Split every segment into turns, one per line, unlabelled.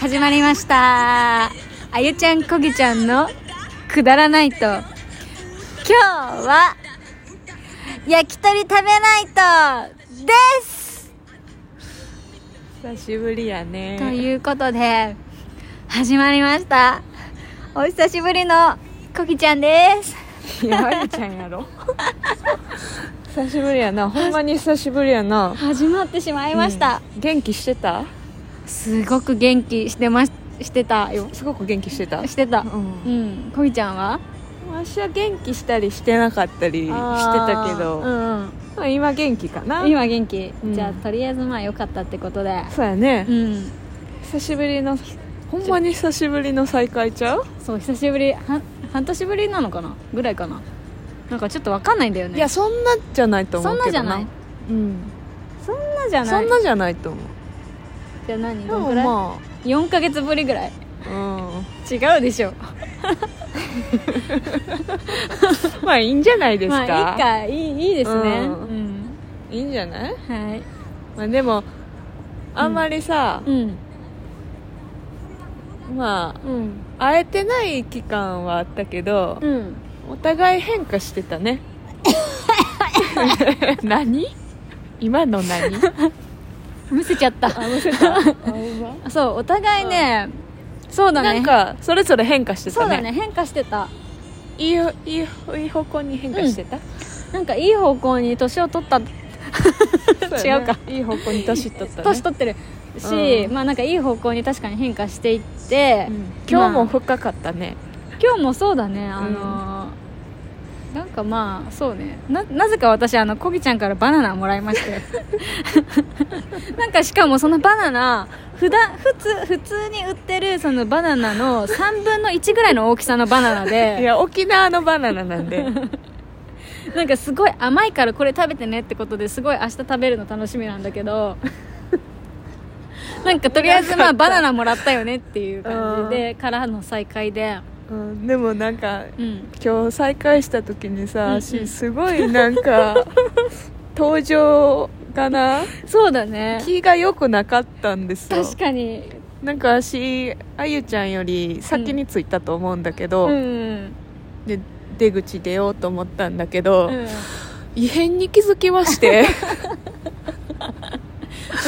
始まりましたあゆちゃんこぎちゃんのくだらないと今日は焼き鳥食べないとです
久しぶりやね
ということで始まりましたお久しぶりのこぎちゃんです
いやあゆちゃんやろ 久しぶりやなほんまに久しぶりやな
始まってしまいました、
うん元気してた
すごく元気してまししてたよ
すごく元気してた
してた
う
うんんこぎちゃんは
私は元気したりしてなかったりしてたけど、
あーうんうん
まあ今元気かな
今元気、
うん
じゃあとりあえずまあ良かったってことで
そうやね、
うん
久しぶりのほんまに久しぶりの再会ちゃう、
そう久しぶりは半年ぶりなのかなぐらいかななんかちょっとわかんないんだよね
いやそんなじゃないと思
そん
う
な
け
じゃ
どな
ない
うん
そんなじゃ
そ
ない
んなじゃないと思
じゃあ何
う
どんくらい、
ま
4ヶ月ぶりぐらい
あうん
違うでしょ
まあいいんじゃないですか、
まあいいかいいいいですねう
うん
ん、
いいんじゃない、
はい
まあ、でもあんまりさ
う、ん
ま
うん
あ会えてない期間はあったけど、
うん
お互い変化してたね 何今の何
むせちゃった
むせた、
そうお互いね、そうだ
な
ね
んかそれぞれ変化して
そ
た
うだ
ね
ね変化してた
いいよいいよいい方向に変化してた、
なんかいい方向に年を取った
そうや
違
ね
うか
いい方向に 年取ったね
年取ってるし、
うん
まあなんかいい方向に確かに変化していって、
うん今日も深かったね、
今日もそうだねあのーなんかまあそうねななぜか私あのこぎちゃんからバナナもらいまして なんかしかもそのバナナ普段普通普通に売ってるそのバナナの3分の1ぐらいの大きさのバナナ
い
で
や沖縄のバナナなん で
なんかすごい甘いからこれ食べてねってことですごい明日食べるの楽しみなんだけ どなんかとりあえずまあバナナもらったよねっていう感じでからの再会で
うんでもなんか
うん
今日再会した時にさ、
うんうん
しすごいなん か登場がな
そうだね
気が良くなかったんですよ
確かに
なんか私あゆちゃんより先に着いたと思うんだけど、
うん
で出口出ようと思ったんだけ
う
ど、
ん
異変に気づきまして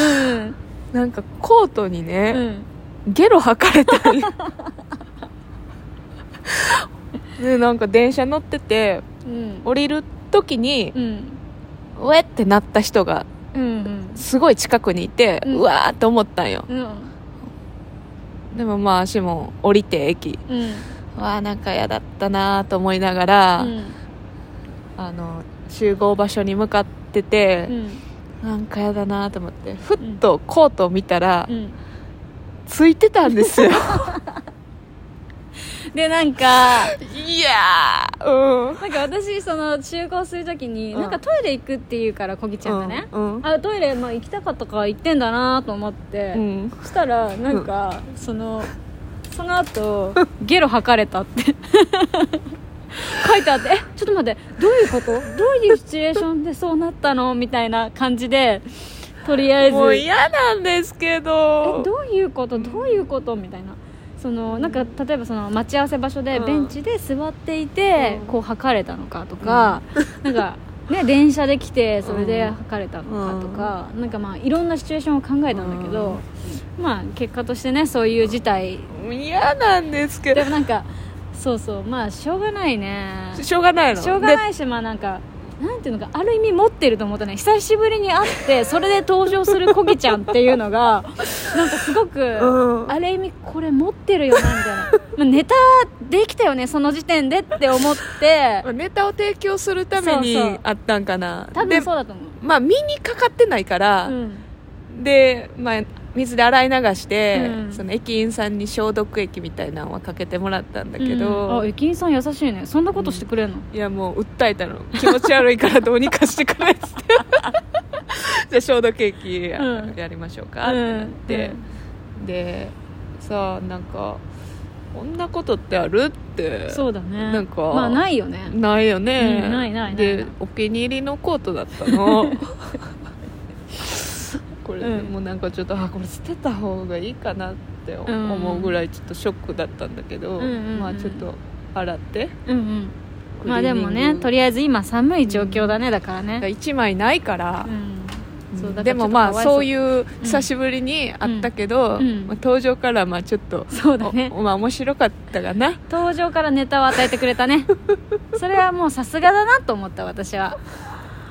うん
なんかコートに
う
ね、
ん
ゲロ吐かれた りでなんか電車乗ってて
うん
降りる時に
う、ん
うえってなった人が
うん
すごい近くにいて、
う
うんわーって思ったんよ
うん
でもまあ足も降りて駅
うん
うわーなんか嫌だったなーと思いながら、あの集合場所に向かってて、なんか嫌だなーと思ってふっとコートを見たら、
うん
ついてたんですよ
でなんか
いやーうん
なんか私その集合するときに
うん
なんかトイレ行くっていうからこぎちゃんがね
うん
あトイレまあ行きたかったから行ってんだなと思って
うん
そしたらなんかそのその後ゲロ吐かれたって書いてあって「えちょっと待ってどういうことどういうシチュエーションでそうなったの?」みたいな感じでとりあえず
もう嫌なんですけど
えどういうことどういうことみたいなそのなんか例えばその待ち合わせ場所で
うん
ベンチで座っていて、
うん
こう吐かれたのかとか、なんか、ね、電車で来てそれで
うん
吐かれたのかとか、なんかまあいろんなシチュエーションを考えたんだけど、まあ結果としてねそういう事態
嫌なんですけ
でも
ど
なんかそうそうまあしょうがないね
しょうがないの
しょうがないしまあなんかなんていうのかある意味持ってると思ってない久しぶりに会ってそれで登場するこぎちゃんっていうのがなんかすごく、
でうん
ある意味これ持ってるよなみたい なまあネタできたよねその時点でって思って
まあネタを提供するために
そうそう
あったんかな
多
で
分そうだと思う
まあ身にかかってないから、
うん
で、まあ、水で洗い流して、
うん
その駅員さんに消毒液みたいなのはかけてもらったんだけ
うん
ど、
あ駅員さん優しいねそんなことしてくれるの、
いやもう訴えたの気持ち悪いからどうにかしてく れっつってじゃあ消毒液や,、
うん
りましょうかってなって、でさあなんかこんなことってあるって
そうだね
なんか
まあないよね
ないよね、
うんないないない
でお気に入りのコートだったのこれ、
うん
もうなんかちょっとあこれ捨てた方がいいかなって
うん
思うぐらいちょっとショックだったんだけど、
うんうんうん
まあちょっと洗って
うんうんまあでもねと
り
りあえず今寒い状況だねだからね
1枚ないから
う、んそうだから
でも
ち
まあ
ょっとかわい
そういう
うん
久しぶりに会ったけど、
うんうん
まあ登場からまあちょっと
そうだね
おまあ面白かったかな
登場からネタを与えてくれた ねそれはもうさすがだなと思った私は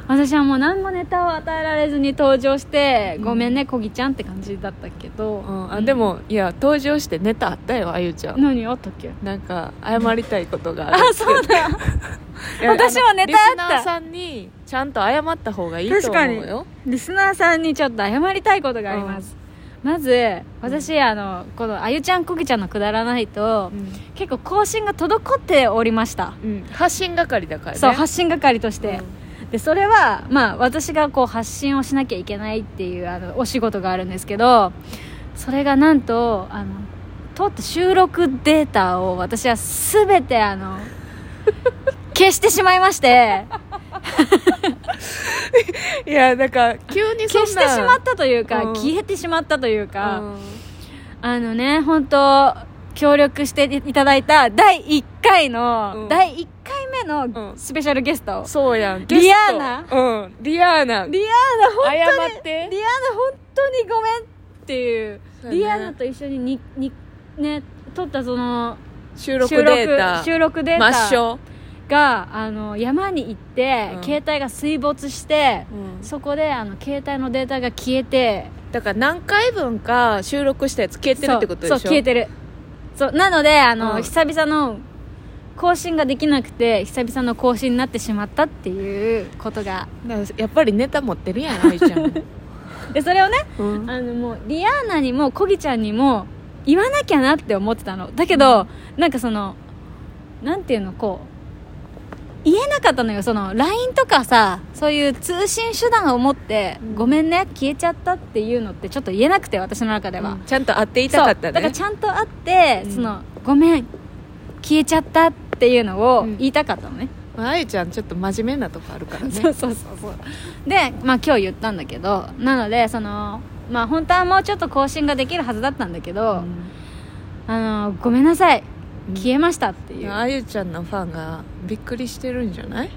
私はもう何もネタを与えられずに登場して、
うん
ごめんねこぎちゃんって感じだったけど、
うん、あでもいや登場してネタあったよあゆちゃん
何あったっけ
なんか謝りたいことがある
あそうだ
いや
私もネタあった
リスナーさんにちゃんと謝った方がいいと思うよ
リスナーさんにちょっと謝りたいことがあります、まず私あのこのあゆちゃんこぎちゃんのくだらないと、結構更新が滞っておりました、
うん、うん発信係だからね
そう発信係として、でそれは、まあ、私がこう発信をしなきゃいけないっていうあのお仕事があるんですけどそれがなんとあの撮った収録データを私は全てあ の消してしまいまして
うんいやだから急にそん
消
な
してしまったというか、
うん
消えてしまったというか、
うん
あのね本当協力していただいた第1回の、
うん
第1回目
う
の
ん
スペシャルゲスト、
そうやん
リアーナ
ゲストうんリアーナ
リアーナ本当に
謝って
リアーナ本当にごめんっていう
そうね
リアーナと一緒にににね撮ったその
収録データ
収録デー
抹
タ
消、
があの山に行って、
うん
携帯が水没して、そこであの携帯のデータが消えて
だから何回分か収録したやつ消えてるってことでし
そ
ょ
うそう消えてるそうなのであの、
うん
久々の更新ができなくて久々の更新になってしまったっていうことが
だからやっぱりネタ持ってるやん愛ちゃんも、
でそれをね
うん
あのも うリアーナにもコギちゃんにも言わなきゃなって思ってたのだけど、なんかそのなんていうのこう言えなかったのよその LINE とかさそういう通信手段を持って、
うん
ごめんね消えちゃったっていうのってちょっと言えなくて私の中では、
ちゃんと会っていたかった
そうだから
ね
ちゃんと会って、
うん
そのごめん消えちゃったっていうのを
うん
言いたかったのね、
まああゆちゃんちょっと真面目なとこあるからね
そうそうそうそうで、まあ、今日言ったんだけどなのでそのまあ本当はもうちょっと更新ができるはずだったんだけど、あのごめんなさい
うん
消えましたっていう、
あゆちゃんのファンがびっくりしてるんじゃない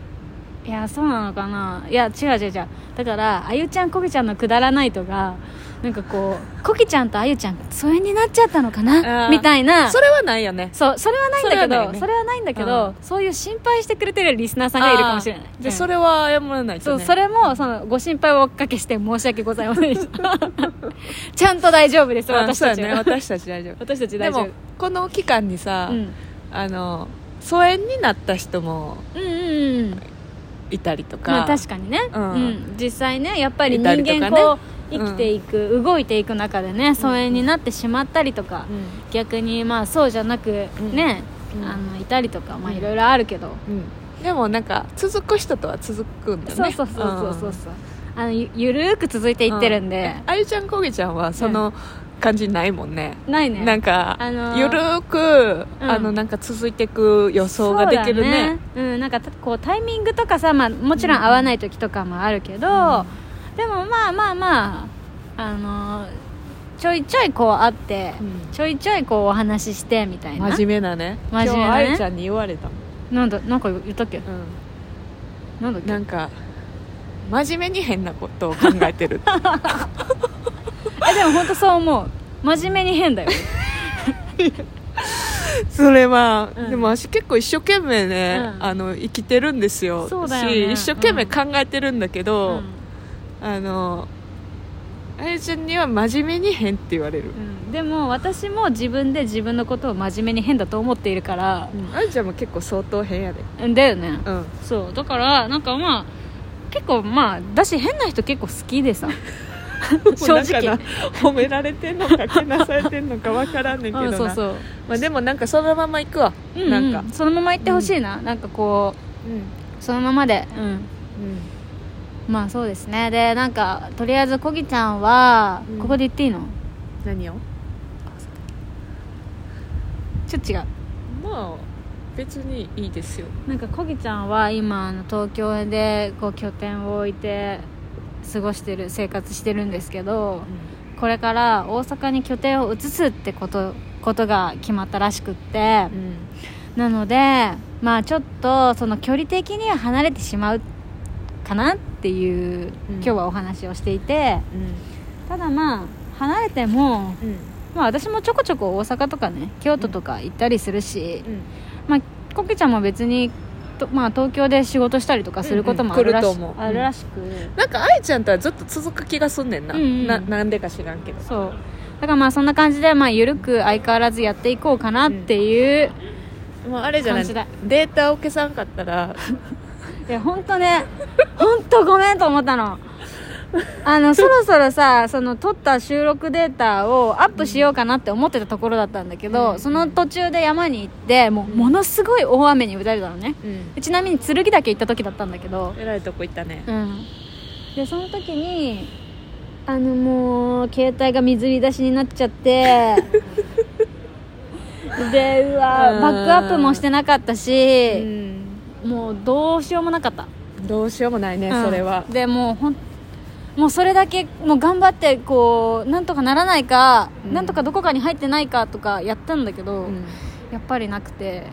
いやそうなのかないや違う違う違うだからあゆちゃんこきちゃんのくだらないとがなんかこうこきちゃんとあゆちゃん疎遠になっちゃったのか
あ
な
ー
みたいな
それはないよね
そうそれはないんだけ
それはない
ど
よ
そ
ね
れ,、はないんだけ
う
ど
ん
そういう心配してくれてるリスナーさんがいるかもしれない
あーじゃあ
うん
それは謝らない
そ
と、
う
ね、
それもそのご心配をおかけして申し訳ございませんでした ちゃんと大丈夫です
あ
私た
そ
ち
うやね
は、
私たち大丈夫
私たち
で
大丈夫
もこの期間にさ、
うん、
あの疎遠になった人も
うんうんうん
いたりとか、
まあ確かにね、う
うんん
実際ねやっぱり
見
人
たりとかね
間こう生きていく、動いていく中でね疎遠になってしまったりとか、
う
逆にまあそうじゃなく
うん
ね、
うん
あのいたりとかまあ
うん
いろいろあるけど、
んうん、でもなんか続く人とは続くんだね
そうそうそうそうそうそうあのゆゆるーく続いていってるん
うん
で、
えあゆちゃんこげちゃんはその感じないもんね、
ないね
なんか、
あのー
ゆるーく、
うん
あのなんか続いていく予想ができるね
そうだうん、なんかたこうタイミングとかさ、まあ、もちろん合わない時とかもあるけど、でもまあまあまあ、あのーちょいちょいこう会って、
うん
ちょいちょいこうお話ししてみたいな
真面目なね
真面目なね
今日あゆちゃんに言われたもん、
なんだなんか言ったっけ
う
なんだっ
ん、
け
なんか真面目に変なことを考えてるって
えでも本当そう思う真面目に変 だよ
それは、
うん
でも私結構一生懸命ね、
うん
あの生きてるんですよ
そうだよね
し一生懸命考えてるんだけ
う
ど、
ん
あのあゆちゃんには真面目に変って言われる
う、んでも私も自分で自分のことを真面目に変だと思っているから
うんあゆちゃんも結構相当変やで
うんだよね
うん
そうだからなんかまあ結構まあだし変な人結構好きで さ 正直
なんかな褒められてんのかけなされてんのかわからんねんけどな、
うんそうそう
まあ、でもなんかそのまま行くわ、
うんうん
なんか、
そのまま行ってほしいな、なんかこ
う
うそのままで、
ん
まあそうですねでなんかとりあえずこぎちゃんは、
うん
ここで言っていいの
何を
ちょっと違う
まあ別にいいですよ
なんかこぎちゃんは今あの東京でこう拠点を置いて過ごしてる生活してるんですけどこれから大阪に拠点を移すってことことが決まったらしくって、なのでまあちょっとその距離的には離れてしまうかなっていう、
うん
今日はお話をしていてただまあ離れても、まあ、私もちょこちょこ大阪とかね京都とか行ったりするし、まあコケちゃんも別にと、まあ、東京で仕事したりとかすることもあるらし,、
うんうん来ると思う
あるらしく、
なんか愛ちゃんとはずっと続く気がすんねんな、
うんうん
ななんでか知らんけど
そうだからまあそんな感じでまあ緩く相変わらずやっていこうかなっていう、
もうあれじゃない
感じだ
データを消さんかったら
いや本当ね本当ごめんと思ったのあのそろそろさその撮った収録データをアップしようかなって思ってたところだったんだけど、
うん
その途中で山に行ってもうものすごい大雨に打たれたのね
うん
ちなみに剣岳行った時だったんだけど
えらいとこ行ったね
うんでその時にあのもう携帯が水浸しになっちゃって でうわ
うん
バックアップもしてなかった
う
し、
ん
もうどうしようもなかった
どうしようもないね、
うん
それは
でもうほんもうそれだけもう頑張ってこうなんとかならないか、
うん
なんとかどこかに入ってないかとかやったんだけど、
うん
やっぱりなくて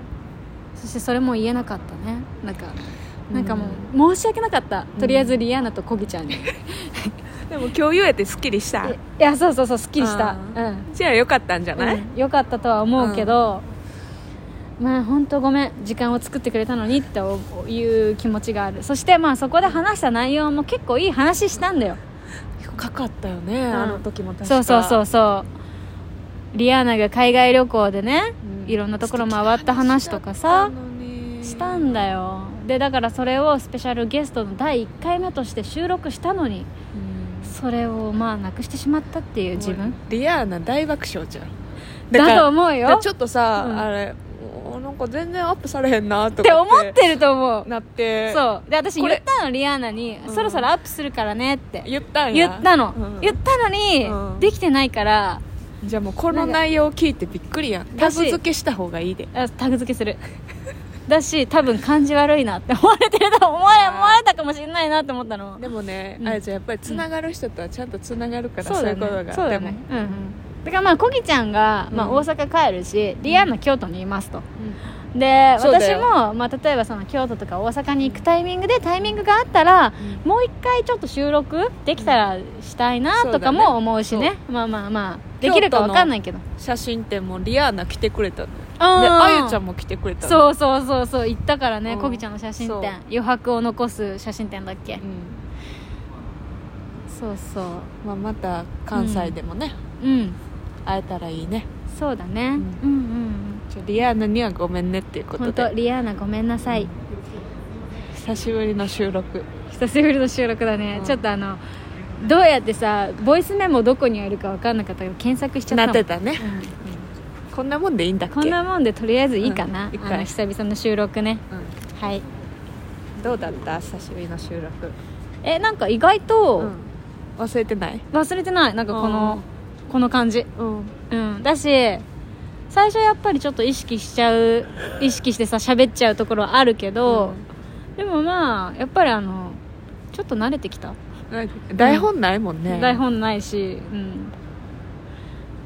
そしてそれも言えなかったねなんか
うん
なんかもう申し訳なかったとりあえずリアーナとコギちゃんに、い
でも今日言えてすっきりした
やそうそうそうすっきりした
あ
う
ー
ん
じゃあよかったんじゃない、
うん、よかったとは思うけど、まあ本当ごめん時間を作ってくれたのにっていう気持ちがあるそしてまあそこで話した内容も結構いい話したんだよ
深かったよね、
ん
あの時も確か
そうそうそうそうリアーナが海外旅行でね、
うん
いろんなところ回った話とかさしたん
だ、
だよでだからそれをスペシャルゲストの第1回目として収録したのにそれをまあなくしてしまったっていう自分
もうリアーナ大爆笑じゃん
だ
から
と思う
だから
よ
ちょっとさ、
うん
あれおなんか全然アップされへんなとか
って思ってると思う
なって
そうで私
こ
言
れ
ったのリアーナに、
うん
そろそろアップするからねって
言ったん
言
や
ったの、
うん
言ったのに、
うん
できてないから
じゃあもうこの内容を聞いてびっくりやんタ
だし
グ付けした方がいいで
あタグ付けするだし多分感じ悪いなって思われてると思われ思われたかもしれないなって思ったの
でもね、
うん
あれじゃんやっぱりつながる人とはちゃんとつながるから、そういうことが
そうだ
で
ね
も、
うんうん、だからまあこぎちゃんが、まあ、
うん
大阪帰るし、リアンの京都にいますと
うん
で
そうだ
私
よ
も、まあ、例えばその京都とか大阪に行くタイミングでタイミングがあったら
うん
もう一回ちょっと収録できたらしたいなとか
そうだね
も思うしねまあまあまあできるかわかんないけど
写真展もリアーナ来てくれたので
あ
あゆちゃん
も
も来てくれたの
そうそうそうそう行ったからね
うん
こぎちゃんの写真
そう
展余白を残す写真展だっけ
うん
そうそ
まあ、また関西でもね、
ううん
会えたらいいね
そうだね、うんん、うんうん
ちょリアーナにはごめんねっていうこと
本当
で
リアーナごめんなさい、
久しぶりの収録
久しぶりの収録だね、
うん
ちょっとあのどうやってさボイスメモどこにあるか分かんなかったけど検索しちゃった
な
も
っ
ん
てたね、
うん
こんなもんでいいんだっけ
こんなもんでとりあえずいいかな、
うんいいかい
あの久々の収録ね
う
はい
んどうだった久しぶりの収録、
えなんか意外と、
うん忘れてない
忘れてないなんかこのこの感じ
うん
うんだし最初やっぱりちょっと意識しちゃう意識してさ喋っちゃうところはあるけど、でもまあやっぱりあのちょっと慣れてきた
台本ないもんね、
台本ないし、うん、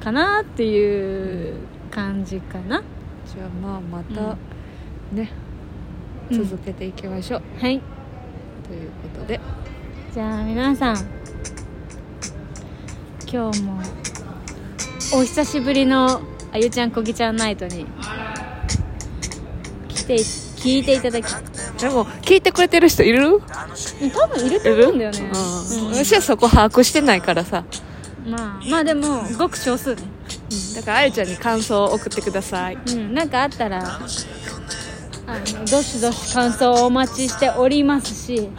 かなっていう感じかな、
じゃあまあまた、ね
うん
続けていきましょう、
はい
ということで
じゃあ皆さん今日もお久しぶりのあゆちゃんこぎちゃんナイトに来て聞いていただき
でも聞いてくれてる人いる
多分いる
い
と
る
思うんだよね、
うん
うん
私はそこ把握してないからさ、
まあまあでもごく少数ね、
だからあゆちゃんに感想を送ってください
うん、なんかあったらあのどしどし感想をお待ちしております し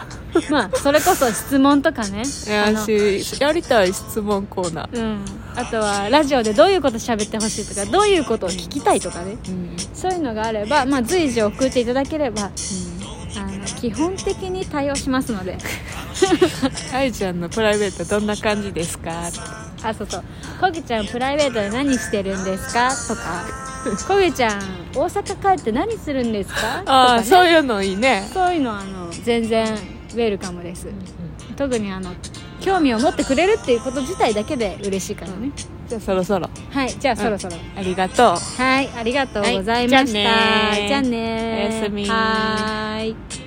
まあそれこそ質問とかね
いや
あの
しやりたい質問コーナー、
うん、あとはラジオでどういうこと喋ってほしいとかどういうことを聞きたいとかね
うん
そういうのがあれば、まあ、随時送っていただければあの基本的に対応しますので
あゆちゃんのプライベートどんな感じですか
あそうそう「こぎちゃんプライベートで何してるんですか?」とか「こぎちゃん大阪帰って何するんですか?」と
あ
か、
あ
ね、
そういうのいいね
そういうのあの全然ウェルカムです特にあの興味を持ってくれるっていうこと自体だけで嬉しいからね、
じゃあそろそろ
はいじゃあそろそろ、
ありがとう
はいありがとうございました、
はいじゃあねー
じゃあねー
おやすみ
はーい